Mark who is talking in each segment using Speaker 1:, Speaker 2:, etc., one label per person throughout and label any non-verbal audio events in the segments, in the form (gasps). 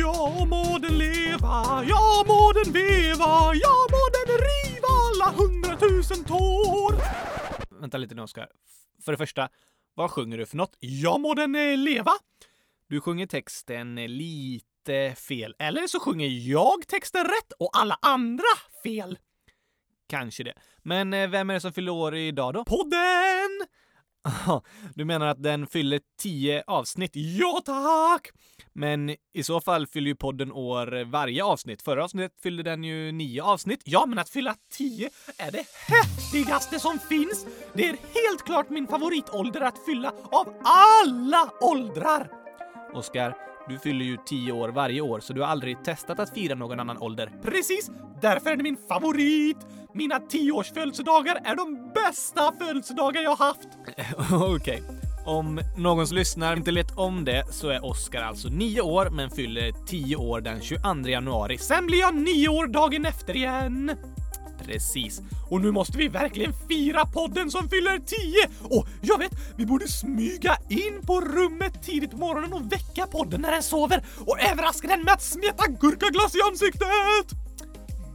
Speaker 1: Ja må den leva, ja må den veva, ja må den riva alla hundratusen tår. Vänta lite nu Oskar. För det första, vad sjunger du för något? Ja må den eh, leva. Du sjunger texten eh, lite fel. Eller så sjunger jag texten rätt och alla andra fel. Kanske det. Men eh, vem är det som fyller år idag då? Podden! (laughs) Aha, Du menar att den fyller 10 avsnitt? Ja tack! Men i så fall fyller ju podden år varje avsnitt. Förra avsnittet fyllde den ju 9 avsnitt. Ja, men att fylla 10 är det häftigaste som finns! Det är helt klart min favoritålder att fylla av alla åldrar! Oskar, du fyller ju 10 år varje år så du har aldrig testat att fira någon annan ålder. Precis! Därför är det min favorit! Mina 10-årsfödelsedagar är de bästa födelsedagar jag haft! (laughs) Okej. Om någon som lyssnar inte vet om det så är Oskar alltså 9 år men fyller 10 år den 22 januari. Sen blir jag 9 år dagen efter igen! Precis. Och nu måste vi verkligen fira podden som fyller 10! Och jag vet, vi borde smyga in på rummet tidigt på morgonen och väcka podden när den sover och överraska den med att smeta gurkaglass i ansiktet!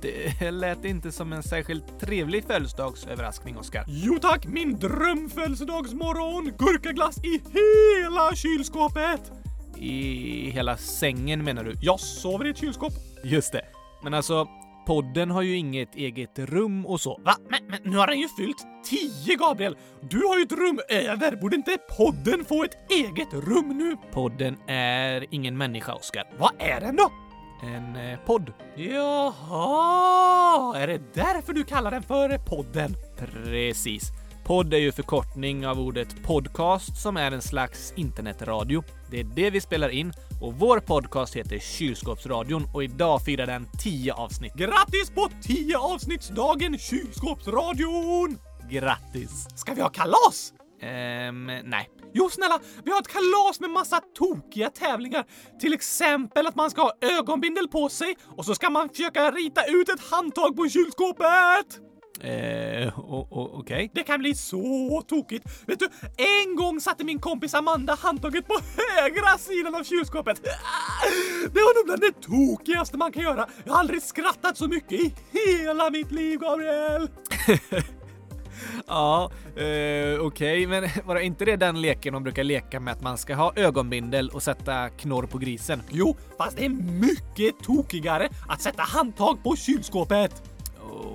Speaker 1: Det lät inte som en särskilt trevlig födelsedagsöverraskning, Oskar. Jo tack, min drömfödelsedagsmorgon! Gurkaglass i hela kylskåpet! I hela sängen menar du? Jag sover i ett kylskåp. Just det. Men alltså, podden har ju inget eget rum och så. Va? Men, men nu har den ju fyllt tio, Gabriel! Du har ju ett rum över! Borde inte podden få ett eget rum nu? Podden är ingen människa, Oskar. Vad är den då? En eh, podd. Jaha! Är det därför du kallar den för podden? Precis. Podd är ju förkortning av ordet podcast som är en slags internetradio. Det är det vi spelar in och vår podcast heter Kylskåpsradion och idag firar den 10 avsnitt. Grattis på 10 avsnittsdagen Kylskåpsradion! Grattis! Ska vi ha kalas? Ehm, nej. Jo, snälla, vi har ett kalas med massa tokiga tävlingar. Till exempel att man ska ha ögonbindel på sig och så ska man försöka rita ut ett handtag på kylskåpet! Eh, okej. Det kan bli så tokigt. Vet du, en gång satte min kompis Amanda handtaget på högra sidan av kylskåpet. Det var nog bland det tokigaste man kan göra. Jag har aldrig skrattat så mycket i hela mitt liv, Gabriel. Ja, eh, okej, men (laughs) var det inte det den leken man brukar leka med att man ska ha ögonbindel och sätta knorr på grisen? Jo, fast det är mycket tokigare att sätta handtag på kylskåpet.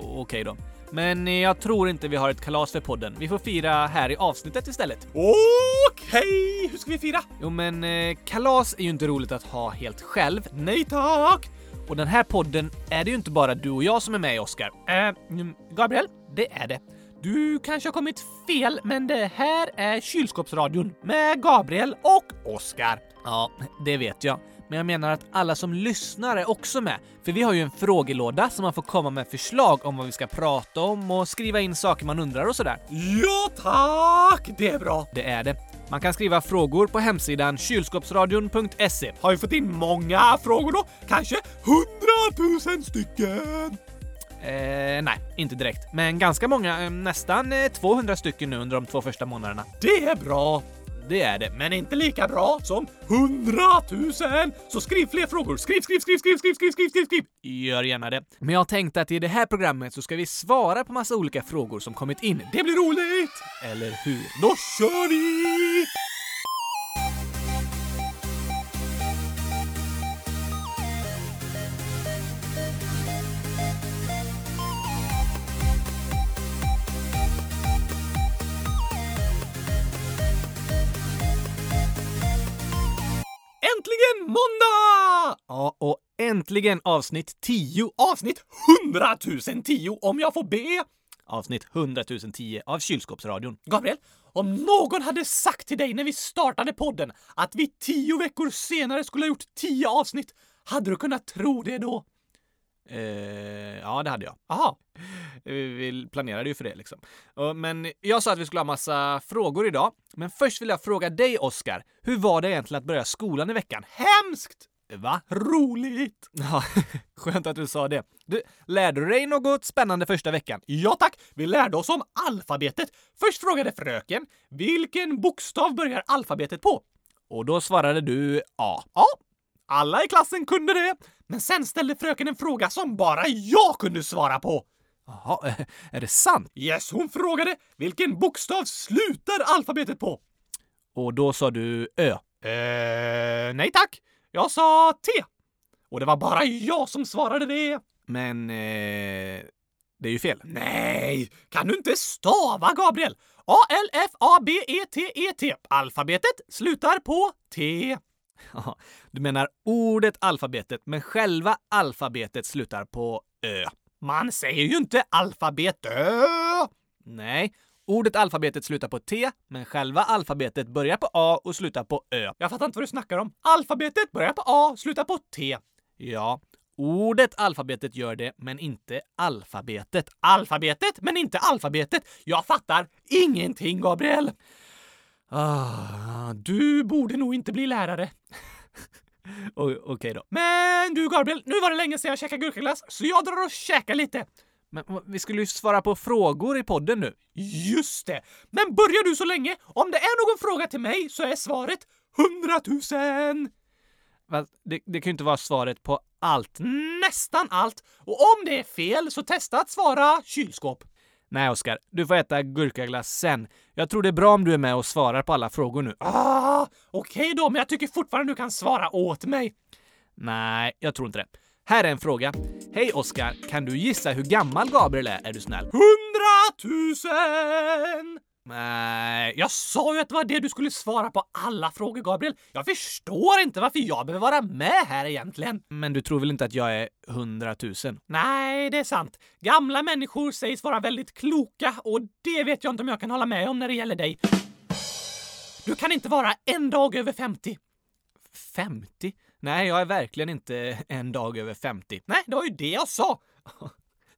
Speaker 1: Okej då. Men jag tror inte vi har ett kalas för podden. Vi får fira här i avsnittet istället. Okej! Hur ska vi fira? Jo men eh, kalas är ju inte roligt att ha helt själv. Nej tack! Och den här podden är det ju inte bara du och jag som är med i, Oskar. Eh, mm, Gabriel? Det är det. Du kanske har kommit fel, men det här är Kylskåpsradion med Gabriel och Oskar. Ja, det vet jag. Men jag menar att alla som lyssnar är också med. För vi har ju en frågelåda som man får komma med förslag om vad vi ska prata om och skriva in saker man undrar och sådär. Ja tack! Det är bra. Det är det. Man kan skriva frågor på hemsidan kylskåpsradion.se. Har vi fått in många frågor då? Kanske hundratusen stycken? Eh, nej, inte direkt. Men ganska många, eh, nästan eh, 200 stycken nu under de två första månaderna. Det är bra! Det är det, men inte lika bra som 100 000! Så skriv fler frågor! Skriv, skriv, skriv, skriv, skriv, skriv, skriv, skriv! Gör gärna det. Men jag tänkte att i det här programmet så ska vi svara på massa olika frågor som kommit in. Det blir roligt! Eller hur? Då kör vi! Äntligen måndag! Ja, och äntligen avsnitt 10. Avsnitt 100 010 om jag får be. Avsnitt 100 010 av Kylskåpsradion. Gabriel, om någon hade sagt till dig när vi startade podden att vi tio veckor senare skulle ha gjort 10 avsnitt, hade du kunnat tro det då? Eh, ja, det hade jag. Aha. Vi planerade ju för det liksom. Och- Men jag sa att vi skulle ha massa frågor idag. Men först vill jag fråga dig, Oskar. Hur var det egentligen att börja skolan i veckan? Hemskt! Va? Roligt! (laughs) Ja, skönt att du sa det. Du, lärde du dig något spännande första veckan? Ja tack! Vi lärde oss om alfabetet. Först frågade fröken, vilken bokstav börjar alfabetet på? Och då svarade du A. A. Alla i klassen kunde det, men sen ställde fröken en fråga som bara jag kunde svara på.
Speaker 2: Jaha, eh, är det sant?
Speaker 1: Yes, hon frågade vilken bokstav slutar alfabetet på?
Speaker 2: Och då sa du Ö.
Speaker 1: Eh, nej tack. Jag sa T. Och det var bara jag som svarade det.
Speaker 2: Men eh, det är ju fel.
Speaker 1: Nej, kan du inte stava, Gabriel? E A-L-F-A-B-E-T-E-T. Alfabetet slutar på T.
Speaker 2: Jaha, Du menar ordet alfabetet, men själva alfabetet slutar på Ö.
Speaker 1: Man säger ju inte alfabet Ö.
Speaker 2: Nej, ordet alfabetet slutar på T, men själva alfabetet börjar på A och slutar på Ö.
Speaker 1: Jag fattar inte vad du snackar om. Alfabetet börjar på A, slutar på T.
Speaker 2: Ja, ordet alfabetet gör det, men inte alfabetet.
Speaker 1: Alfabetet, men inte alfabetet. Jag fattar ingenting, Gabriel.
Speaker 2: Ah,
Speaker 1: Du borde nog inte bli lärare.
Speaker 2: o- Okej då.
Speaker 1: Men du, Gabriel, nu var det länge sedan jag käkade gurkaglass, så jag drar och käkar lite.
Speaker 2: Men va- vi skulle ju svara på frågor i podden nu.
Speaker 1: Just det! Men börjar du så länge, om det är någon fråga till mig så är svaret 100 000!
Speaker 2: Va? Det, det kan ju inte vara svaret på allt.
Speaker 1: Nästan allt. Och om det är fel så testa att svara kylskåp.
Speaker 2: Nej, Oskar. Du får äta gurkaglass sen. Jag tror det är bra om du är med och svarar på alla frågor nu.
Speaker 1: Ah, okej då, men jag tycker fortfarande du kan svara åt mig.
Speaker 2: Nej, jag tror inte det. Här är en fråga. Hej Oskar, kan du gissa hur gammal Gabriel är? Är du snäll?
Speaker 1: 100 000!
Speaker 2: Nej,
Speaker 1: Jag sa ju att det var det du skulle svara på alla frågor, Gabriel. Jag förstår inte varför jag behöver vara med här egentligen.
Speaker 2: men du tror väl inte att jag är hundratusen?
Speaker 1: Nej, det är sant. Gamla människor sägs vara väldigt kloka och det vet jag inte om jag kan hålla med om när det gäller dig. Du kan inte vara en dag över 50.
Speaker 2: 50? Nej, jag är
Speaker 1: (laughs)
Speaker 2: verkligen inte en dag över 50.
Speaker 1: Nej, det var ju det jag sa. (laughs)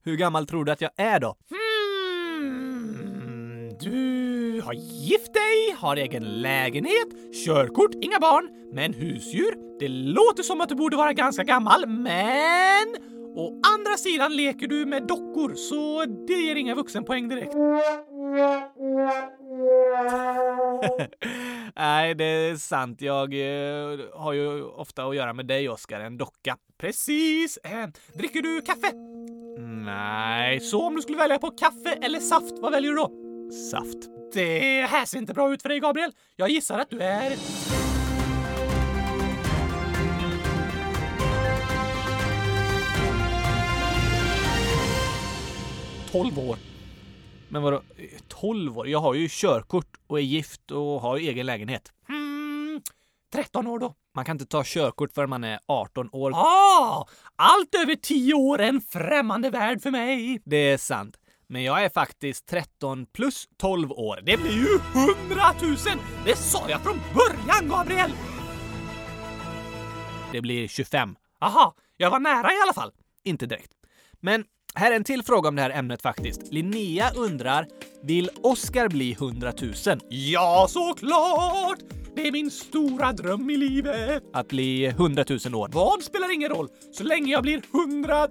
Speaker 2: Hur gammal tror du att jag är då?
Speaker 1: Hmm, du har gift dig, har egen lägenhet, körkort, inga barn, men husdjur. Det låter som att du borde vara ganska gammal, men... Å andra sidan leker du med dockor, så det ger inga vuxenpoäng direkt. (laughs)
Speaker 2: Nej, det är sant. Jag eh, har ju ofta att göra med dig, Oskar, en docka.
Speaker 1: Precis! Eh, dricker du kaffe?
Speaker 2: Nej,
Speaker 1: Så om du skulle välja på kaffe eller saft, vad väljer du då?
Speaker 2: saft.
Speaker 1: Det här ser inte bra ut för dig, Gabriel. Jag gissar att du är... Tolv år.
Speaker 2: Men vadå, eh, 12 år? Jag har ju körkort och är gift och har ju egen lägenhet.
Speaker 1: Hmm, 13 år då.
Speaker 2: Man kan inte ta körkort förrän man är 18 år.
Speaker 1: Ah, allt över 10 år är en främmande värld för mig.
Speaker 2: Det är sant. Men jag är faktiskt 13 plus 12 år. Det
Speaker 1: Det blir ju 100 000! Det sa jag från början, Gabriel!
Speaker 2: Det blir 25.
Speaker 1: Aha, jag var nära i alla fall.
Speaker 2: Inte direkt. Men här är en till fråga om det här ämnet faktiskt. Linnea undrar, vill Oscar bli 100 000?
Speaker 1: Ja, såklart! Det är min stora dröm i livet.
Speaker 2: Att bli 100 000 år? Ja,
Speaker 1: Vad spelar ingen roll, så länge jag blir 100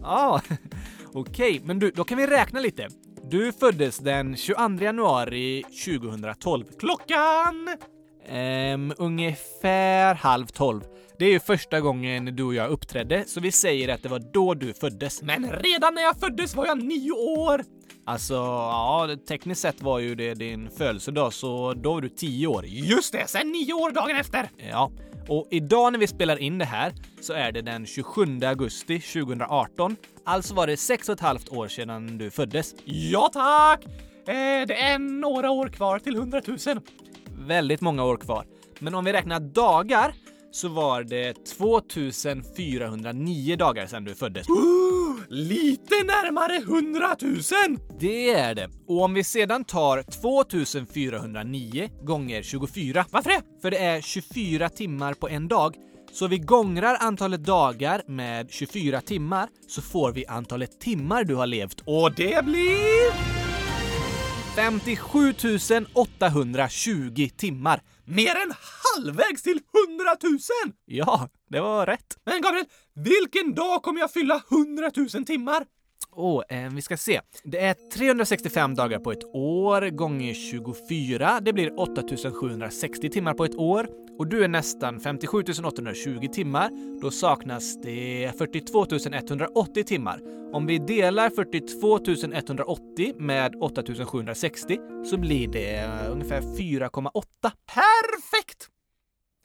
Speaker 1: 000!
Speaker 2: (laughs) okej, men du, då kan vi räkna lite. Du föddes den 22 januari 2012.
Speaker 1: Klockan!
Speaker 2: Ehm, ungefär halv tolv. Det är ju första gången du och jag uppträdde, så vi säger att det var då du föddes.
Speaker 1: Men redan när jag föddes var jag nio år!
Speaker 2: Alltså, ja, tekniskt sett var ju det din födelsedag, så då var du tio år.
Speaker 1: Just det, sen nio år dagen efter!
Speaker 2: Ja, och idag när vi spelar in det här så är det den 27 augusti 2018. Alltså var det sex och ett halvt år sedan du föddes.
Speaker 1: Ja, tack! Eh, det är några år kvar till 100 000.
Speaker 2: Väldigt många år kvar. Men om vi räknar dagar så var det 2409 dagar sedan du föddes. (gasps)
Speaker 1: Uh, lite närmare 100 000!
Speaker 2: Det är det. Och om vi sedan tar 2409 gånger 24.
Speaker 1: Varför det?
Speaker 2: För det är 24 timmar på en dag. Så vi gångrar antalet dagar med 24 timmar så får vi antalet timmar du har levt.
Speaker 1: Och det blir...
Speaker 2: 57 820 timmar.
Speaker 1: Mer än halvvägs till 100 000!
Speaker 2: Ja, det var rätt.
Speaker 1: Men Gabriel, vilken dag kommer jag fylla 100 000 timmar? Åh, eh, vi ska se. Det är 365 dagar på ett år gånger 24. Det blir 8760 timmar på ett år. Och du är nästan 57 820 timmar. Då saknas det 42 180 timmar. Om vi delar 42 180 med 8760 så blir det eh, ungefär 4,8.
Speaker 3: Perfekt!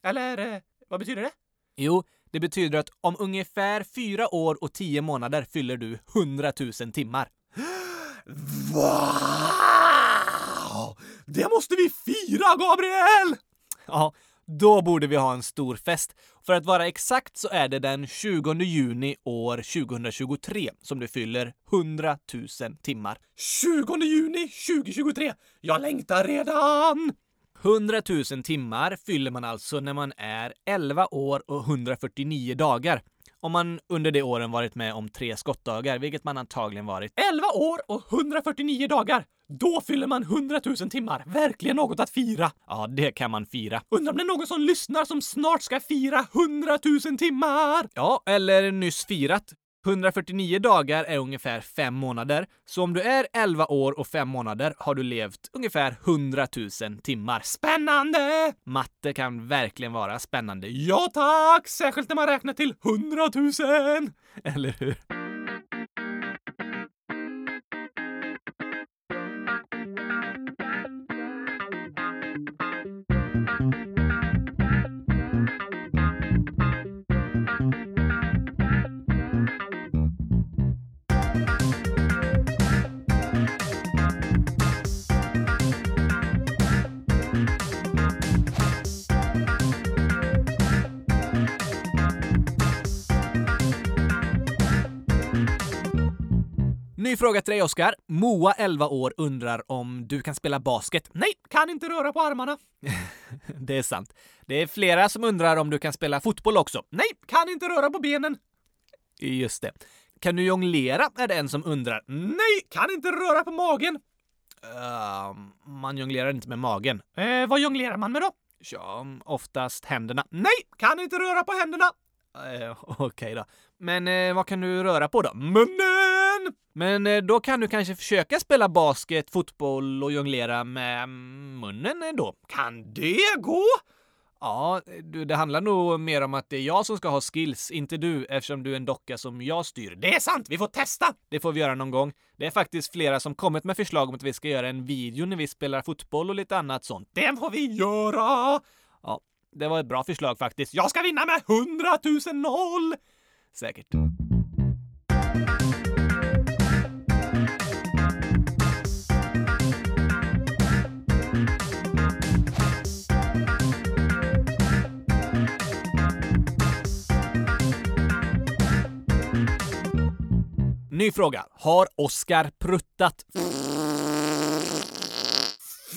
Speaker 3: Eller, eh, vad betyder det?
Speaker 1: Jo, det betyder att om ungefär fyra år och tio månader fyller du 100 000 timmar.
Speaker 3: Wow! Det måste vi fira, Gabriel!
Speaker 1: Ja, då borde vi ha en stor fest. För att vara exakt så är det den 20 juni år 2023 som du fyller 100 000 timmar.
Speaker 3: 20 juni 2023. Jag längtar redan!
Speaker 1: 100 000 timmar fyller man alltså när man är 11 år och 149 dagar. Om man under de åren varit med om tre skottdagar, vilket man antagligen varit.
Speaker 3: 11 år och 149 dagar. Då fyller man 100 000 timmar. Verkligen något att fira.
Speaker 1: Ja, det kan man fira.
Speaker 3: Undrar om det är någon som lyssnar som snart ska fira 100 000 timmar?
Speaker 1: Ja, eller nyss firat. 149 dagar är ungefär fem månader, så om du är 11 år och fem månader har du levt ungefär 100 000 timmar.
Speaker 3: Spännande!
Speaker 1: Matte kan verkligen vara spännande.
Speaker 3: Ja tack! Särskilt när man räknar till 100 000!
Speaker 1: Eller hur? Ny fråga till dig, Oskar. Moa, 11 år, undrar om du kan spela basket? Nej,
Speaker 3: Kan inte röra på armarna.
Speaker 1: (laughs) det är sant. Det är flera som undrar om du kan spela fotboll också.
Speaker 3: Nej, kan inte röra på benen.
Speaker 1: Just det. Kan du jonglera? Är det en som undrar.
Speaker 3: Nej, kan inte röra på magen.
Speaker 1: Ehm, man jonglerar inte med magen.
Speaker 3: Eh, vad jonglerar man med då?
Speaker 1: Ja, oftast händerna.
Speaker 3: Nej, kan inte röra på händerna.
Speaker 1: Eh, (laughs) Okej då. Men eh, vad kan du röra på då?
Speaker 3: Munnen!
Speaker 1: Men eh, då kan du kanske försöka spela basket, fotboll och jonglera med mm, munnen ändå.
Speaker 3: Kan det gå?
Speaker 1: Ja, du, det handlar nog mer om att det är jag som ska ha skills, inte du, eftersom du är en docka som jag styr.
Speaker 3: Det är sant, vi får testa!
Speaker 1: Det får vi göra någon gång. Det är faktiskt flera som kommit med förslag om att vi ska göra en video när vi spelar fotboll och lite annat sånt.
Speaker 3: Den får vi göra!
Speaker 1: Ja, det var ett bra förslag faktiskt.
Speaker 3: Jag ska vinna med 100 000 noll!
Speaker 1: Säkert. Ny fråga. Har Oscar pruttat?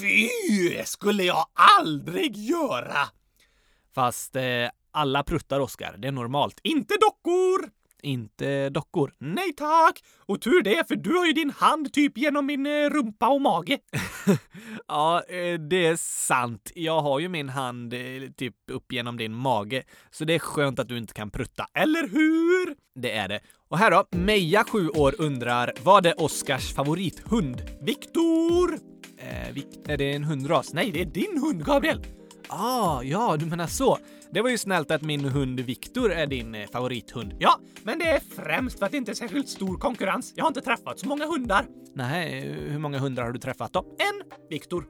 Speaker 3: Fy! skulle jag aldrig göra!
Speaker 1: Fast eh, alla pruttar, Oscar. Det är normalt.
Speaker 3: Inte dockor!
Speaker 1: Inte dockor.
Speaker 3: Nej tack! Och tur det, för du har ju din hand typ genom min eh, rumpa och mage.
Speaker 1: (laughs) Ja, eh, det är sant. Jag har ju min hand eh, typ upp genom din mage, så det är skönt att du inte kan prutta.
Speaker 3: Eller hur?
Speaker 1: Det är det. Och här då, Meja, 7 år, undrar vad är Oscars favorithund?
Speaker 3: Viktor!
Speaker 1: Eh, vilk- är det en hundras? Nej,
Speaker 3: Nej, det är din hund, Gabriel!
Speaker 1: ah, ja, du menar så. Det var ju snällt att min hund Viktor är din eh, favorithund.
Speaker 3: Ja, men det är främst för att det inte är särskilt stor konkurrens. Jag har inte träffat så många hundar.
Speaker 1: Nej, eh, hur många hundar har du träffat då?
Speaker 3: En
Speaker 1: (laughs)
Speaker 3: Viktor.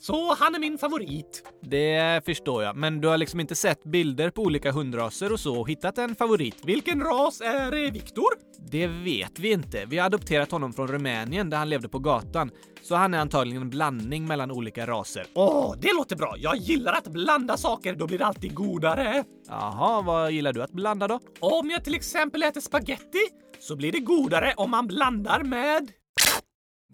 Speaker 3: Så han är min favorit.
Speaker 1: Det förstår jag, men du har liksom inte sett bilder på olika hundraser och så och hittat en favorit?
Speaker 3: Vilken ras är eh, Viktor?
Speaker 1: Det vet vi inte. Vi har adopterat honom från Rumänien där han levde på gatan. Så han är antagligen en blandning mellan olika raser.
Speaker 3: Åh, det låter bra. Jag gillar att blanda saker, då blir det alltid godare.
Speaker 1: Jaha, vad gillar du att blanda då?
Speaker 3: Om jag till exempel äter spaghetti så blir det godare om man blandar med...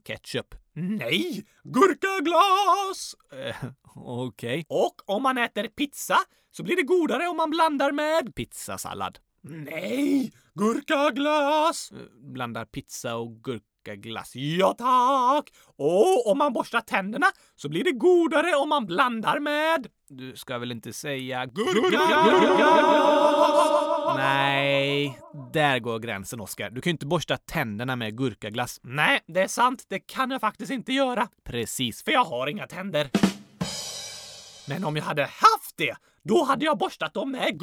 Speaker 1: Ketchup.
Speaker 3: Nej! Gurkaglas!
Speaker 1: Eh, Okej.
Speaker 3: Och om man äter pizza så blir det godare om man blandar med...
Speaker 1: Pizzasallad.
Speaker 3: Nej! Gurkaglas!
Speaker 1: Eh, Blandar pizza och gurkaglass.
Speaker 3: Ja tack! Och om man borstar tänderna så blir det godare om man blandar med...
Speaker 1: Du ska väl inte säga
Speaker 3: Gurkaglas!
Speaker 2: Nej, där går gränsen Oskar. Du kan ju inte borsta tänderna med gurkaglass.
Speaker 1: Nej, det är sant. Det kan jag faktiskt inte göra.
Speaker 2: Precis.
Speaker 1: För jag har inga tänder. Men om jag hade haft det, då hade jag borstat dem med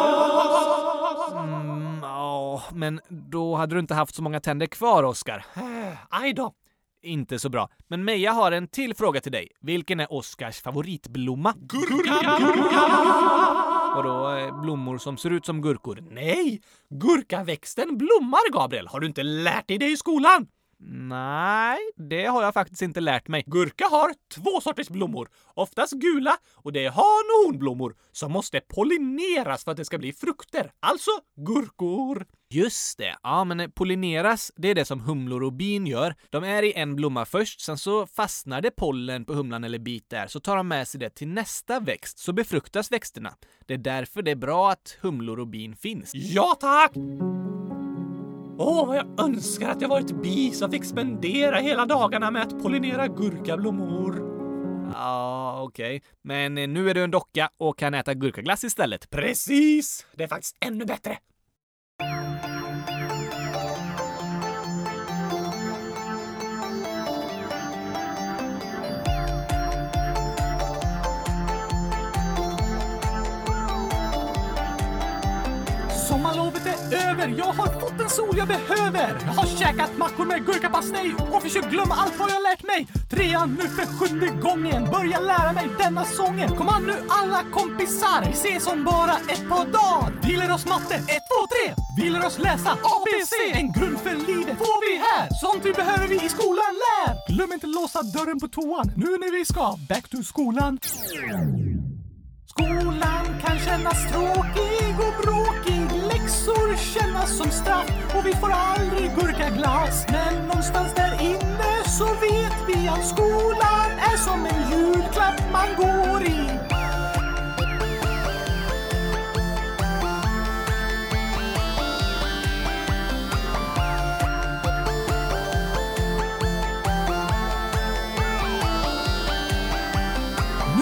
Speaker 1: gurka.
Speaker 2: Mm, ja, men då hade du inte haft så många tänder kvar Oskar.
Speaker 1: Eh, Aj då.
Speaker 2: Inte så bra. Men Meja har en till fråga till dig. Vilken är Oskars favoritblomma? Vadå, eh, blommor som ser ut som gurkor?
Speaker 1: Nej, gurkaväxten blommar, Gabriel. Har du inte lärt dig det i skolan?
Speaker 2: Nej, det har jag faktiskt inte lärt mig.
Speaker 1: Gurka har två sorters blommor, oftast gula och det är han och honblommor som måste pollineras för att det ska bli frukter, alltså gurkor.
Speaker 2: Just det. Ja, men eh, pollineras, det är det som humlor och bin gör. De är i en blomma först, sen så fastnar det pollen på humlan eller bit där, så tar de med sig det till nästa växt, så befruktas växterna. Det är därför det är bra att humlor och bin finns.
Speaker 1: Ja tack! Åh, vad jag önskar att jag var ett bi som fick spendera hela dagarna med att pollinera gurkablommor.
Speaker 2: Ja, okej. Men eh, nu är du en docka och kan äta gurkaglass istället.
Speaker 1: Precis! Det är faktiskt ännu bättre. Sommarlovet är över, jag har fått den sol jag behöver. Jag har käkat mackor med gurkapastej och försökt glömma allt vad jag lärt mig. Trean nu för sjunde gången, börja lära mig denna sången. Kom an nu alla kompisar, vi ses om bara ett par dagar. Vi lär oss matte, ett, två, tre. Vi lär oss läsa ABC. En grund för livet får vi här. Sånt vi behöver vi i skolan lär. Glöm inte låsa dörren på toan nu när vi ska back to skolan. Skolan kan kännas tråkig och bråkig Läxor kännas som straff och vi får aldrig gurkaglass Men någonstans där inne så vet vi att skolan är som en julklapp man går i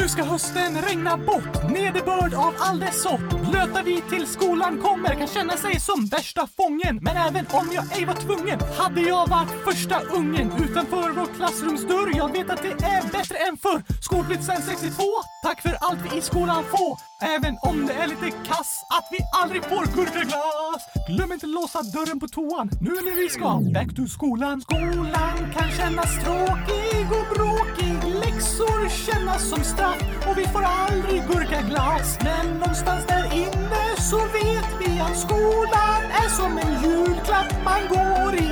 Speaker 1: Nu ska hösten regna bort, nederbörd av all dess sort. Blöta vi till skolan kommer, kan känna sig som värsta fången. Men även om jag ej var tvungen, hade jag varit första ungen utanför vår klassrumsdörr. Jag vet att det är bättre än förr. Skolplikt sen 62, tack för allt vi i skolan får. Även om det är lite kass att vi aldrig får gurkaglass. Glöm inte låsa dörren på toan nu när vi ska back to skolan. Skolan kan kännas tråkig och bråkig. Läxor kännas som straff och vi får aldrig gurkaglass. Men någonstans där inne så vet vi att skolan är som en julklapp man går i.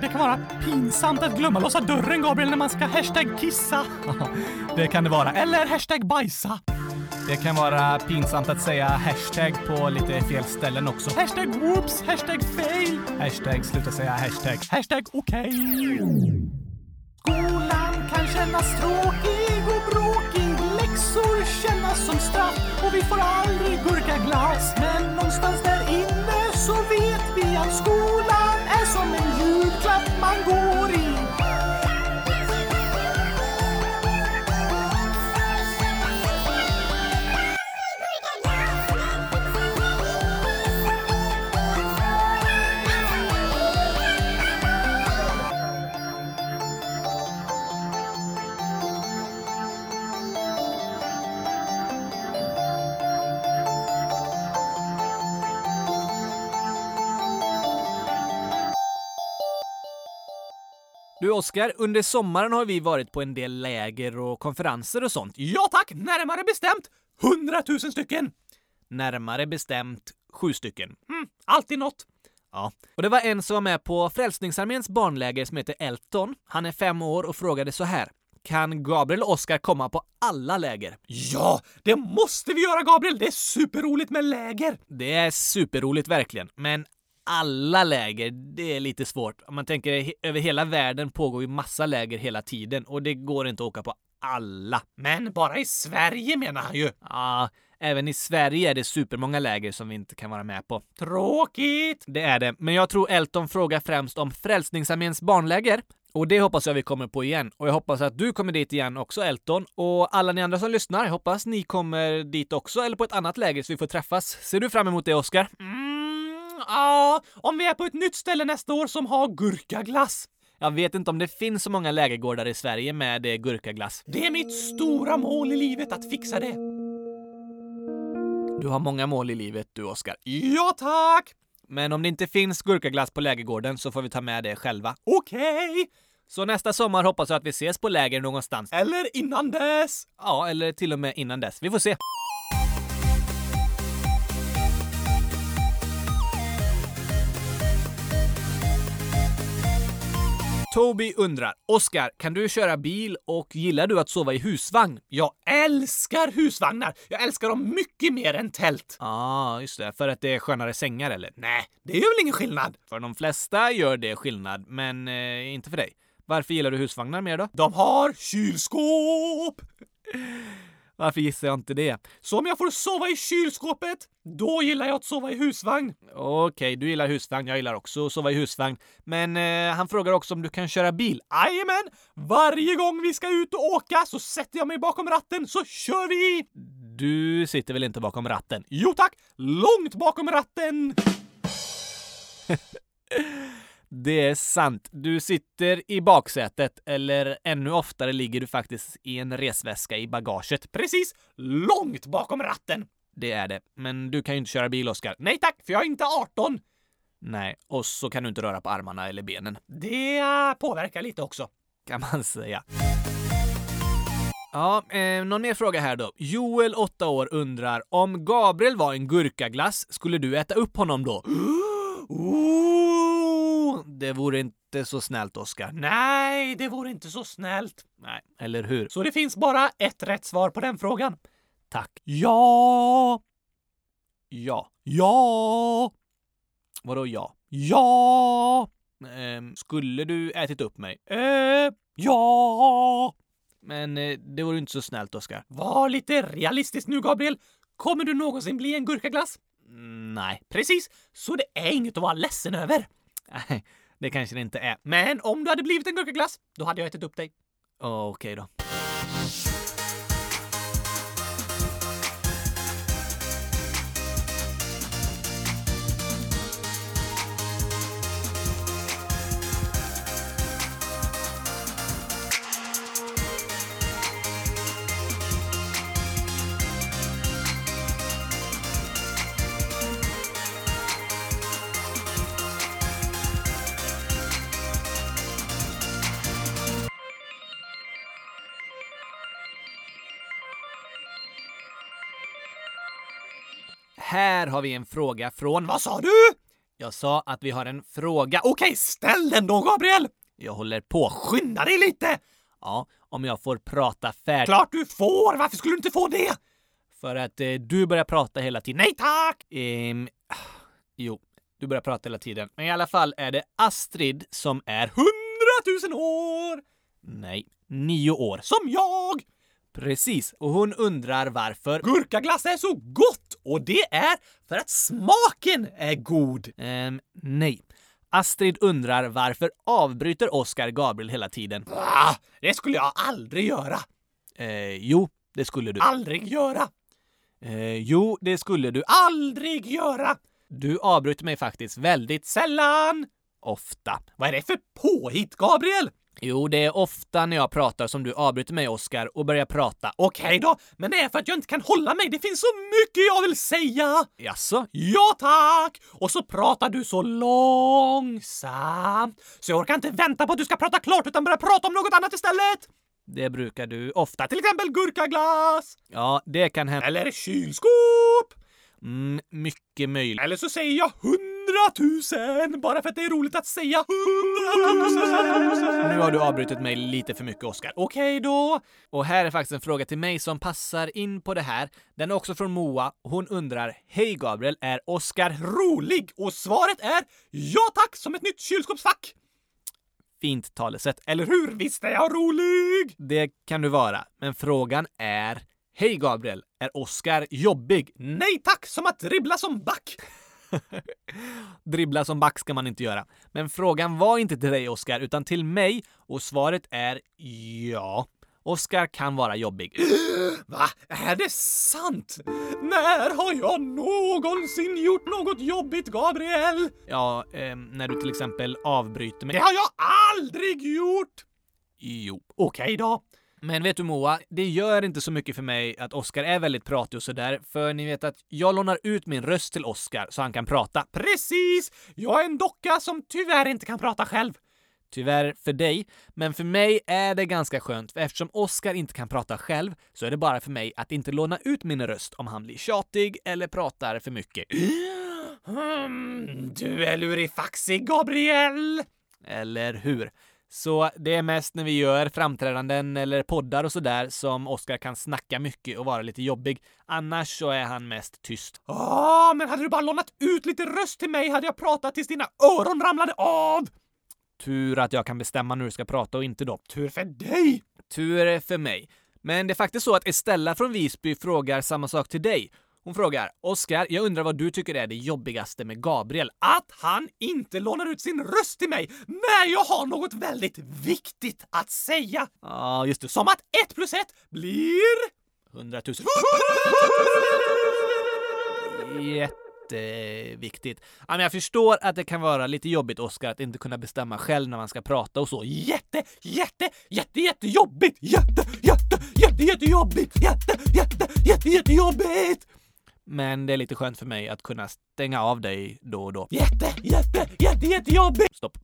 Speaker 1: Det kan vara pinsamt att glömma låsa dörren, Gabriel, när man ska hashtag
Speaker 2: (laughs)
Speaker 1: kissa. det kan det vara. Eller hashtag bajsa.
Speaker 2: Det kan vara pinsamt att säga hashtag på lite fel ställen också.
Speaker 1: Hashtag whoops, hashtag fail,
Speaker 2: Hashtag sluta säga hashtag.
Speaker 1: hashtag okej. Skolan kan kännas tråkig och bråkig. Läxor kännas som straff och vi får aldrig gurkaglass. Men någonstans där inne så vet vi att skolan är som en julklapp man går i.
Speaker 2: Du Oskar, under sommaren har vi varit på en del läger och konferenser och sånt.
Speaker 1: Ja tack, närmare bestämt 100 000 stycken.
Speaker 2: Närmare bestämt sju stycken. Hm,
Speaker 1: Mm, alltid något.
Speaker 2: Ja. Och det var en som var med på Frälsningsarméns barnläger som heter Elton. Han är fem år och frågade så här. Kan Gabriel och Oskar komma på alla läger?
Speaker 1: Ja, det måste vi göra Gabriel. Det är superroligt med läger.
Speaker 2: Det är superroligt verkligen, men alla läger, det är lite svårt. Om man tänker he- över hela världen pågår ju massa läger hela tiden och det går inte att åka på alla.
Speaker 1: Men bara i Sverige menar han ju.
Speaker 2: Ja,
Speaker 1: Även i Sverige är det supermånga läger som vi inte kan vara med på.
Speaker 4: Tråkigt!
Speaker 1: Det är det, men jag tror Elton frågar främst om Frälsningsarméns barnläger. Och det hoppas jag vi kommer på igen. Och jag hoppas att du kommer dit igen också, Elton. Och alla ni andra som lyssnar, jag hoppas ni kommer dit också, eller på ett annat läger så vi får träffas. Ser du fram emot det, Oskar?
Speaker 4: Mm, ja, om vi är på ett nytt ställe nästa år som har gurkaglass.
Speaker 1: Jag vet inte om det finns så många lägergårdar i Sverige med eh, gurkaglass.
Speaker 4: Det är mitt stora mål i livet att fixa det.
Speaker 1: Du har många mål i livet du, Oskar.
Speaker 4: Ja, tack!
Speaker 1: Men om det inte finns gurkaglass på lägergården så får vi ta med det själva.
Speaker 4: Okej!
Speaker 1: Så nästa sommar hoppas jag att vi ses på läger någonstans.
Speaker 4: Eller innan dess.
Speaker 1: Ja, eller till och med innan dess. Vi får se. Toby undrar, Oskar, kan du köra bil och gillar du att sova i husvagn?
Speaker 4: Jag älskar husvagnar. Jag älskar dem mycket mer än tält.
Speaker 1: Ja, ah, just det. För att det är skönare sängar eller?
Speaker 4: Nej, det är väl ingen skillnad.
Speaker 1: För de flesta gör det skillnad, men eh, inte för dig. Varför gillar du husvagnar mer då?
Speaker 4: De har kylskåp!
Speaker 1: Varför gissar jag inte det?
Speaker 4: Så om jag får sova i kylskåpet, då gillar jag att sova i husvagn.
Speaker 1: Okej, du gillar husvagn. Jag gillar också att sova i husvagn. Men eh, han frågar också om du kan köra bil.
Speaker 4: Jajamän! Varje gång vi ska ut och åka så sätter jag mig bakom ratten så kör vi!
Speaker 1: Du sitter väl inte bakom ratten?
Speaker 4: Jo tack! Långt bakom ratten!
Speaker 1: Det är sant. Du sitter i baksätet, eller ännu oftare ligger du faktiskt i en resväska i bagaget.
Speaker 4: Precis! Långt bakom ratten!
Speaker 1: Det är det. Men du kan ju inte köra bil, Oskar.
Speaker 4: Nej tack, för jag är inte 18.
Speaker 1: Nej, och så kan du inte röra på armarna eller benen. ah,
Speaker 4: Det eh, påverkar lite också.
Speaker 1: kan man säga. Ja, eh, någon mer fråga här då. Joel, 8 år, undrar om Gabriel var en gurkaglass, skulle du äta upp honom då? (gasps) Ooh, det vore inte så snällt, Oskar.
Speaker 4: Nej, det vore inte så snällt.
Speaker 1: Nej, eller hur?
Speaker 4: Så det finns bara ett rätt svar på den frågan.
Speaker 1: Tack. Ja! Ja.
Speaker 4: Ja!
Speaker 1: Vadå ja?
Speaker 4: Ja!
Speaker 1: Ehm, skulle du ätit upp mig?
Speaker 4: Eh, ja!
Speaker 1: Men eh, det vore inte så snällt, Oskar.
Speaker 4: Var lite realistisk nu, Gabriel. Kommer du någonsin bli en gurkaglass?
Speaker 1: Mm, nej.
Speaker 4: Precis, så det är inget att vara ledsen över.
Speaker 1: Nej, det kanske det inte är.
Speaker 4: Men om du hade blivit en gurkaglass, då hade jag ätit upp dig.
Speaker 1: Okej då. Här har vi en fråga från...
Speaker 4: Vad sa du?
Speaker 1: Jag sa att vi har en fråga. Och
Speaker 4: Okej, ställ den då, Gabriel!
Speaker 1: jag håller på.
Speaker 4: Skynda dig lite!
Speaker 1: Ja, om jag får prata färdigt.
Speaker 4: Klart du får! Varför skulle du inte få det?
Speaker 1: För att eh, du börjar prata hela tiden.
Speaker 4: Nej tack!
Speaker 1: Ehm, ah, jo, du börjar prata hela tiden. Men i alla fall är det Astrid som är...
Speaker 4: Hundratusen år!
Speaker 1: Nej, nio år.
Speaker 4: Som jag!
Speaker 1: Precis, och hon undrar varför...
Speaker 4: Gurkaglass är så gott! Och det är för att smaken är god!
Speaker 1: Ehm, nej. Astrid undrar varför avbryter Oscar Gabriel hela tiden?
Speaker 4: Ah, det skulle jag aldrig göra!
Speaker 1: Eh, jo, det skulle du.
Speaker 4: Aldrig göra!
Speaker 1: Eh, jo, det skulle du.
Speaker 4: Aldrig göra!
Speaker 1: Du avbryter mig faktiskt väldigt
Speaker 4: Sällan!
Speaker 1: ofta.
Speaker 4: Vad är det för påhitt, Gabriel?
Speaker 1: Jo, det är ofta när jag pratar som du avbryter mig, Oscar, och börjar prata. Och
Speaker 4: Okej då, men det är för att jag inte kan hålla mig. Det finns så mycket jag vill säga!
Speaker 1: jaså?
Speaker 4: Ja tack! Och så pratar du så långsamt. Så jag orkar inte vänta på att du ska prata klart utan börja prata om något annat istället.
Speaker 1: Det brukar du ofta.
Speaker 4: Till exempel gurkaglass.
Speaker 1: Ja, det kan hända.
Speaker 4: Eller kylskåp.
Speaker 1: Mm, mycket möjligt.
Speaker 4: Eller så säger jag hundratusen bara för att det är roligt att säga hundratusen.
Speaker 1: Nu har du avbrutit mig lite för mycket, Oscar.
Speaker 4: Okej då.
Speaker 1: Och här är faktiskt en fråga till mig som passar in på det här. Den är också från Moa. Hon undrar, Hej Gabriel, är Oscar
Speaker 4: Rolig! Och svaret är ja tack som ett nytt kylskåpsfack.
Speaker 1: fint talesätt? Eller
Speaker 4: Eller hur? Visst är jag rolig!
Speaker 1: det kan du vara. Men frågan är, Hej Gabriel, är Oscar jobbig?
Speaker 5: Nej tack, som att dribbla som back!
Speaker 1: (laughs) Dribbla som back ska man inte göra. Men frågan var inte till dig Oscar, utan till mig och svaret är ja. Oscar kan vara jobbig. (gasps)
Speaker 5: Va? Är det sant? När har jag någonsin gjort något jobbigt, Gabriel?
Speaker 1: Ja, ehm, när du till exempel avbryter
Speaker 5: Det
Speaker 1: mig.
Speaker 5: har jag aldrig gjort!
Speaker 1: Jo.
Speaker 5: Okej då.
Speaker 1: Men vet du Moa, det gör inte så mycket för mig att Oscar är väldigt pratig och sådär, för ni vet att jag lånar ut min röst till Oscar så han kan prata.
Speaker 5: Precis! Jag är en docka som tyvärr inte kan prata själv.
Speaker 1: Tyvärr för dig, men för mig är det ganska skönt, för eftersom Oscar inte kan prata själv så är det bara för mig att inte låna ut min röst om han blir tjatig eller pratar för mycket.
Speaker 5: (gasps) Hmm, du är lurifaxig, Gabriel!
Speaker 1: Eller hur? Så det är mest när vi gör framträdanden eller poddar och sådär som Oscar kan snacka mycket och vara lite jobbig. Annars så är han mest tyst.
Speaker 5: Ah, men hade du bara lånat ut lite röst till mig hade jag pratat tills dina öron ramlade av!
Speaker 1: Tur att jag kan bestämma när du ska prata och inte då.
Speaker 5: Tur för dig!
Speaker 1: Tur för mig. Men det är faktiskt så att Estella från Visby frågar samma sak till dig. Hon frågar Oskar, jag undrar vad du tycker är det jobbigaste med Gabriel?
Speaker 5: Att han inte lånar ut sin röst till mig när jag har något väldigt viktigt att säga.
Speaker 1: Ja, ah, just det.
Speaker 5: Som att ett plus ett blir...
Speaker 1: Hundratusen. Jätteviktigt. Ja, men jag förstår att det kan vara lite jobbigt, Oskar, att inte kunna bestämma själv när man ska prata och så.
Speaker 5: Jätte, jätte, jätte, jättejobbigt! Jätte, jätte, jätte, jättejobbigt! Jätte, jätte, jätte, jättejobbigt!
Speaker 1: Men det är lite skönt för mig att kunna stänga av dig då och då.
Speaker 5: Jätte, jätte, jätte, jättejobbigt!
Speaker 1: Stopp.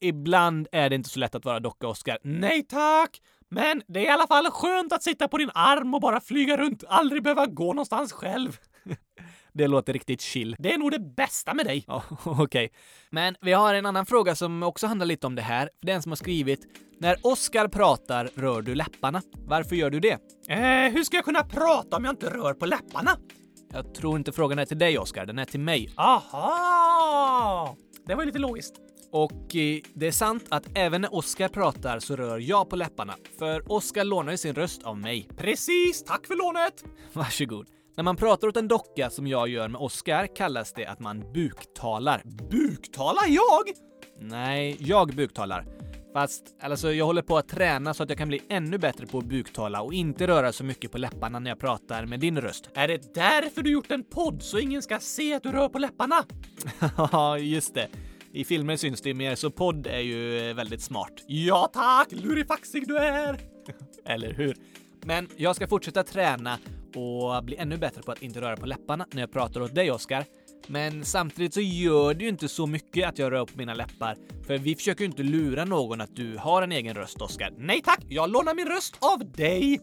Speaker 1: Ibland är det inte så lätt att vara docka, Oskar.
Speaker 5: Nej tack! Men det är i alla fall skönt att sitta på din arm och bara flyga runt, aldrig behöva gå någonstans
Speaker 1: (laughs)
Speaker 5: själv.
Speaker 1: Det låter riktigt chill.
Speaker 5: Det är nog det bästa med dig. (laughs)
Speaker 1: Ja, okej. Men vi har en annan fråga som också handlar lite om det här. För den som har skrivit “När Oscar pratar rör du läpparna. Varför gör du det?”
Speaker 5: Eh, hur ska jag kunna prata om jag inte rör på läpparna?
Speaker 1: Jag tror inte frågan är till dig, Oscar. Den är till mig.
Speaker 5: Aha! Det var ju lite logiskt.
Speaker 1: Och eh, det är sant att även när Oscar pratar så rör jag på läpparna. För Oscar lånar ju sin röst av mig.
Speaker 5: Precis, tack för lånet!
Speaker 1: (laughs) Varsågod. När man pratar åt en docka som jag gör med Oscar kallas det att man buktalar.
Speaker 5: Buktalar jag?
Speaker 1: Nej, jag buktalar. Fast alltså, jag håller på att träna så att jag kan bli ännu bättre på att buktala och inte röra så mycket på läpparna när jag pratar med din röst.
Speaker 5: Är det därför du gjort en podd så ingen ska se att du rör på läpparna?
Speaker 1: (laughs) Ja, just det. I filmer syns det ju mer, så podd är ju eh, väldigt smart.
Speaker 5: Ja tack, lurifaxig du är!
Speaker 1: (laughs) Eller hur? Men jag ska fortsätta träna och bli ännu bättre på att inte röra på läpparna när jag pratar åt dig, Oskar. Men samtidigt så gör det ju inte så mycket att jag rör på mina läppar, för vi försöker ju inte lura någon att du har en egen röst, Oskar.
Speaker 5: Nej tack, jag lånar min röst av dig!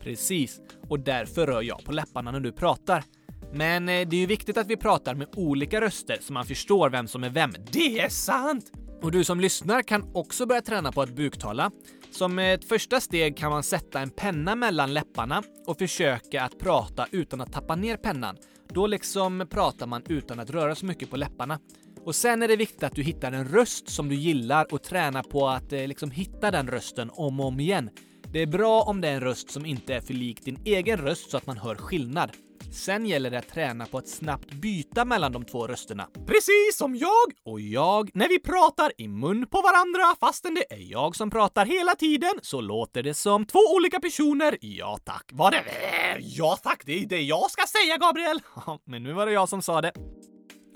Speaker 1: Precis, och därför rör jag på läpparna när du pratar. Men eh, det är ju viktigt att vi pratar med olika röster så man förstår vem som är vem.
Speaker 5: Det är sant!
Speaker 1: Och du som lyssnar kan också börja träna på att buktala. Som ett första steg kan man sätta en penna mellan läpparna och försöka att prata utan att tappa ner pennan. Då liksom pratar man utan att röra så mycket på läpparna. Och sen är det viktigt att du hittar en röst som du gillar och träna på att eh, liksom hitta den rösten om och om igen. Det är bra om det är en röst som inte är för lik din egen röst så att man hör skillnad. Sen gäller det att träna på att snabbt byta mellan de två rösterna.
Speaker 5: Precis som jag
Speaker 1: Och jag, när vi pratar i mun på varandra fastän det är jag som pratar hela tiden så låter det som två olika personer. Ja tack.
Speaker 5: Var det... eh, Ja tack, det är det jag ska säga Gabriel!
Speaker 1: (laughs) Ja, Men nu var det jag som sa det.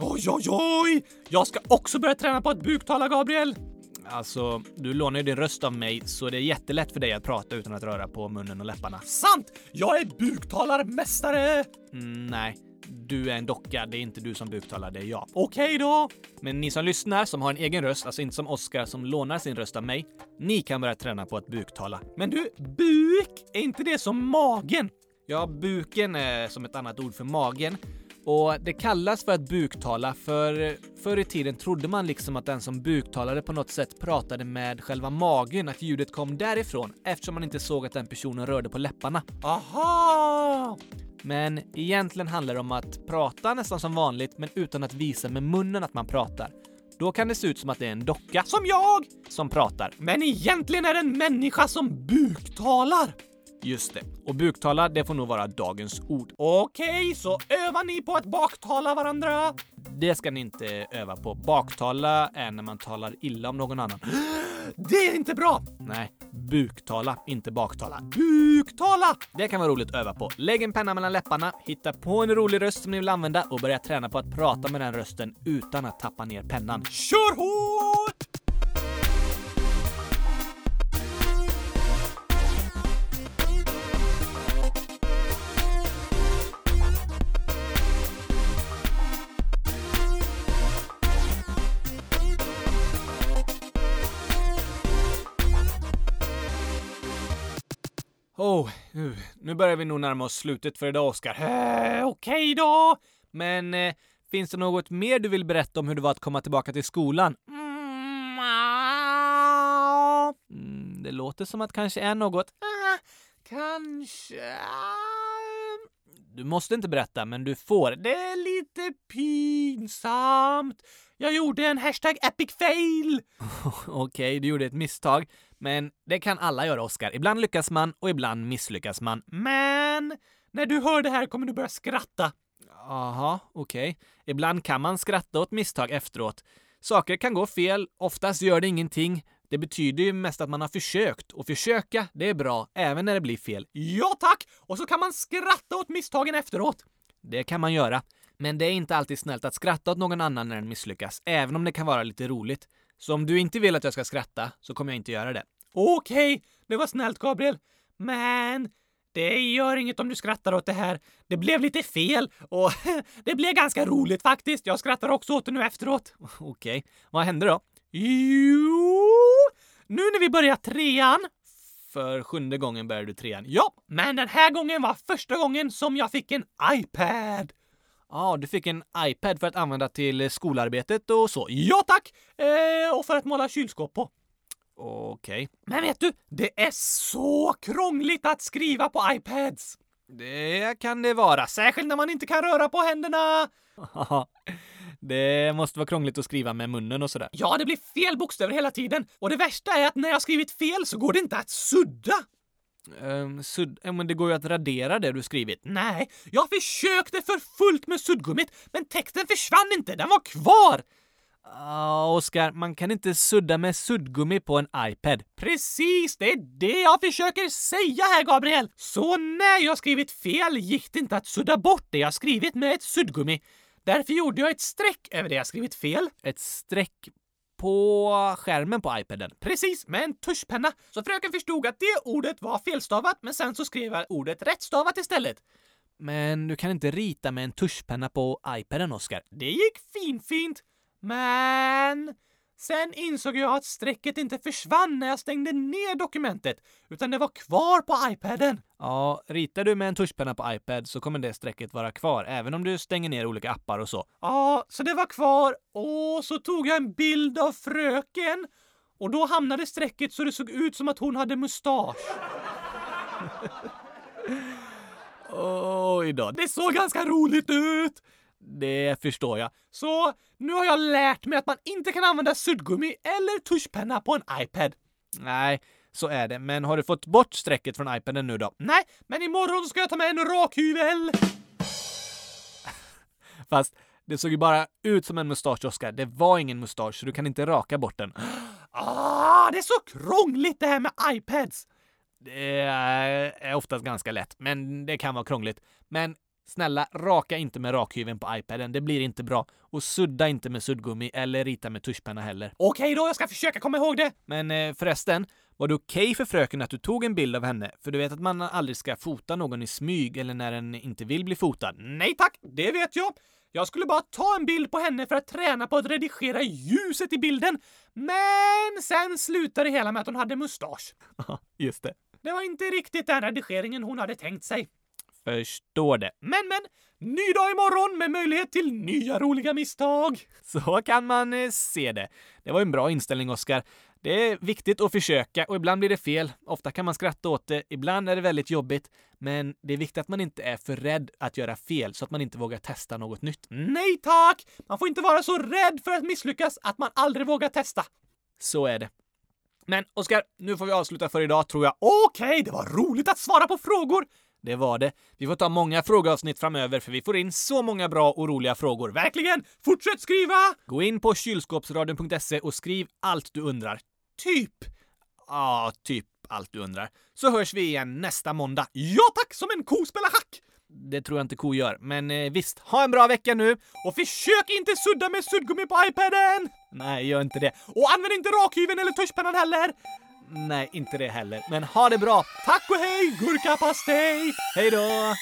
Speaker 5: Oj, oj, oj! Jag ska också börja träna på att buktala Gabriel!
Speaker 1: Alltså, du lånar ju din röst av mig så det är jättelätt för dig att prata utan att röra på munnen och läpparna.
Speaker 5: Sant! Jag är buktalarmästare!
Speaker 1: Mm, nej, du är en docka. Det är inte du som buktalar, det är jag.
Speaker 5: Okej då!
Speaker 1: Men ni som lyssnar som har en egen röst, alltså inte som Oscar som lånar sin röst av mig, ni kan börja träna på att buktala.
Speaker 5: Men du, buk, är inte det som magen?
Speaker 1: Ja, buken är som ett annat ord för magen. Och det kallas för att buktala för förr i tiden trodde man liksom att den som buktalade på något sätt pratade med själva magen, att ljudet kom därifrån eftersom man inte såg att den personen rörde på läpparna.
Speaker 5: Aha!
Speaker 1: Men egentligen handlar det om att prata nästan som vanligt men utan att visa med munnen att man pratar. Då kan det se ut som att det är en docka
Speaker 5: Som jag!
Speaker 1: som pratar.
Speaker 5: Men egentligen är det en människa som buktalar.
Speaker 2: Just det. Och buktala, det får nog vara dagens ord.
Speaker 1: Okej, så övar ni på att baktala varandra.
Speaker 2: Det ska ni inte öva på. Baktala är när man talar illa om någon annan.
Speaker 1: Det är inte bra!
Speaker 2: Nej, buktala, inte baktala.
Speaker 1: Buktala!
Speaker 2: Det kan vara roligt att öva på. Lägg en penna mellan läpparna, hitta på en rolig röst som ni vill använda och börja träna på att prata med den rösten utan att tappa ner pennan.
Speaker 1: Kör hårt!
Speaker 2: Oh, uh, nu börjar vi nog närma oss slutet för idag, Oskar.
Speaker 1: Eh, Okej då!
Speaker 2: Men eh, finns det något mer du vill berätta om hur det var att komma tillbaka till skolan?
Speaker 1: Mm, ah.
Speaker 2: Mm, det låter som att kanske är något.
Speaker 1: Ah, Kanske... ah.
Speaker 2: Du måste inte berätta, men du får.
Speaker 1: Det är lite pinsamt. Jag gjorde en hashtag epic fail.
Speaker 2: Okej, du gjorde ett misstag. Men det kan alla göra, Oskar. Ibland lyckas man och ibland misslyckas man.
Speaker 1: Men när du hör det här kommer du börja skratta.
Speaker 2: Aha, okej. Ibland kan man skratta åt misstag efteråt. Saker kan gå fel, oftast gör det ingenting. Det betyder ju mest att man har försökt. Och försöka, det är bra, även när det blir fel.
Speaker 1: Ja tack! Och så kan man skratta åt misstagen efteråt.
Speaker 2: Det kan man göra. Men det är inte alltid snällt att skratta åt någon annan när den misslyckas, även om det kan vara lite roligt. Så om du inte vill att jag ska skratta så kommer jag inte göra det.
Speaker 1: Okej, det var snällt Gabriel. Men det gör inget om du skrattar åt det här. Det blev lite fel
Speaker 2: (laughs)
Speaker 1: och det blev ganska roligt faktiskt. Jag skrattar också åt det nu efteråt.
Speaker 2: Okej, vad hände då?
Speaker 1: Jo, nu när vi börjar trean.
Speaker 2: För sjunde gången började du trean. Ja,
Speaker 1: Ja, men den här gången var första gången som jag fick en iPad.
Speaker 2: du fick en iPad för att använda till skolarbetet och så.
Speaker 1: Ja tack! Eh, och för att måla kylskåp på.
Speaker 2: Okej.
Speaker 1: Men vet du, det är så krångligt att skriva på iPads.
Speaker 2: Det kan det vara.
Speaker 1: Särskilt när man inte kan röra på händerna. (laughs)
Speaker 2: det måste vara krångligt att skriva med munnen och sådär.
Speaker 1: Ja, det blir fel bokstäver hela tiden. Och det värsta är att när jag skrivit fel så går det inte att sudda.
Speaker 2: Ehm, sudd- ja, men det går ju att radera det du skrivit.
Speaker 1: Nej, jag försökte för fullt med suddgummit, men texten försvann inte. Den var kvar.
Speaker 2: Ah, Oskar, man kan inte sudda med suddgummi på en iPad.
Speaker 1: Precis, det är det jag försöker säga här, Gabriel. Så när jag skrivit fel gick det inte att sudda bort det jag skrivit med ett suddgummi. Därför gjorde jag ett streck över det jag skrivit fel.
Speaker 2: Ett streck på skärmen på iPaden.
Speaker 1: Precis, med en tuschpenna. Så fröken förstod att det ordet var felstavat, men sen så skrev jag ordet rättstavat istället.
Speaker 2: Men du kan inte rita med en tuschpenna på iPaden, Oskar.
Speaker 1: Det gick finfint, men... Sen insåg jag att strecket inte försvann när jag stängde ner dokumentet, utan det var kvar på iPaden.
Speaker 2: Ja, ritar du med en tuschpenna på iPad så kommer det strecket vara kvar, även om du stänger ner olika appar och så.
Speaker 1: Ja, så det var kvar och så tog jag en bild av fröken och då hamnade strecket så det såg ut som att hon hade mustasch.
Speaker 2: Oj då,
Speaker 1: Det såg ganska roligt ut!
Speaker 2: det förstår jag.
Speaker 1: Så nu har jag lärt mig att man inte kan använda suddgummi eller tuschpenna på en iPad.
Speaker 2: Nej, så är det. Men har du fått bort strecket från iPaden nu då?
Speaker 1: Nej, men imorgon ska jag ta med en rakhyvel! (laughs)
Speaker 2: Fast det såg ju bara ut som en mustasch, Oskar. Det var ingen mustasch, så du kan inte raka bort den.
Speaker 1: (gasps) Ah, det är så krångligt det här med iPads!
Speaker 2: Det är oftast ganska lätt, men det kan vara krångligt. Men snälla, raka inte med rakhyveln på iPaden. Det blir inte bra. Och sudda inte med suddgummi eller rita med tuschpenna heller.
Speaker 1: Okej då, jag ska försöka komma ihåg det.
Speaker 2: Men eh, förresten, var det okej för fröken att du tog en bild av henne? För du vet att man aldrig ska fota någon i smyg eller när den inte vill bli fotad.
Speaker 1: Nej tack, det vet jag. Jag skulle bara ta en bild på henne för att träna på att redigera ljuset i bilden. Men sen slutade det hela med att hon hade
Speaker 2: (laughs)
Speaker 1: mustasch.
Speaker 2: Just det.
Speaker 1: Det var inte riktigt den redigeringen hon hade tänkt sig.
Speaker 2: Förstår det.
Speaker 1: Men men, ny dag imorgon med möjlighet till nya roliga misstag.
Speaker 2: Så kan man eh, se det. Det var en bra inställning, Oskar. Det är viktigt att försöka och ibland blir det fel. Ofta kan man skratta åt det, ibland är det väldigt jobbigt. Men det är viktigt att man inte är för rädd att göra fel så att man inte vågar testa något nytt.
Speaker 1: Nej tack! Man får inte vara så rädd för att misslyckas att man aldrig vågar testa.
Speaker 2: Så är det.
Speaker 1: Men Oskar, nu får vi avsluta för idag tror jag. Okej, det var roligt att svara på frågor! Det var det. Vi får ta många frågeavsnitt framöver för vi får in så många bra och roliga frågor. Verkligen! Fortsätt skriva! Gå in på kylskåpsradion.se och skriv allt du undrar. Typ. Ja, typ allt du undrar. Så hörs vi igen nästa måndag. Ja tack, som en ko spelar hack! Det tror jag inte ko gör, men eh, visst, ha en bra vecka nu och försök inte sudda med suddgummi på iPaden! Nej, gör inte det. Och använd inte rakhyveln eller tuschpennan heller! Nej, inte det heller. Men ha det bra! Tack och hej, gurkapastej! Hej då!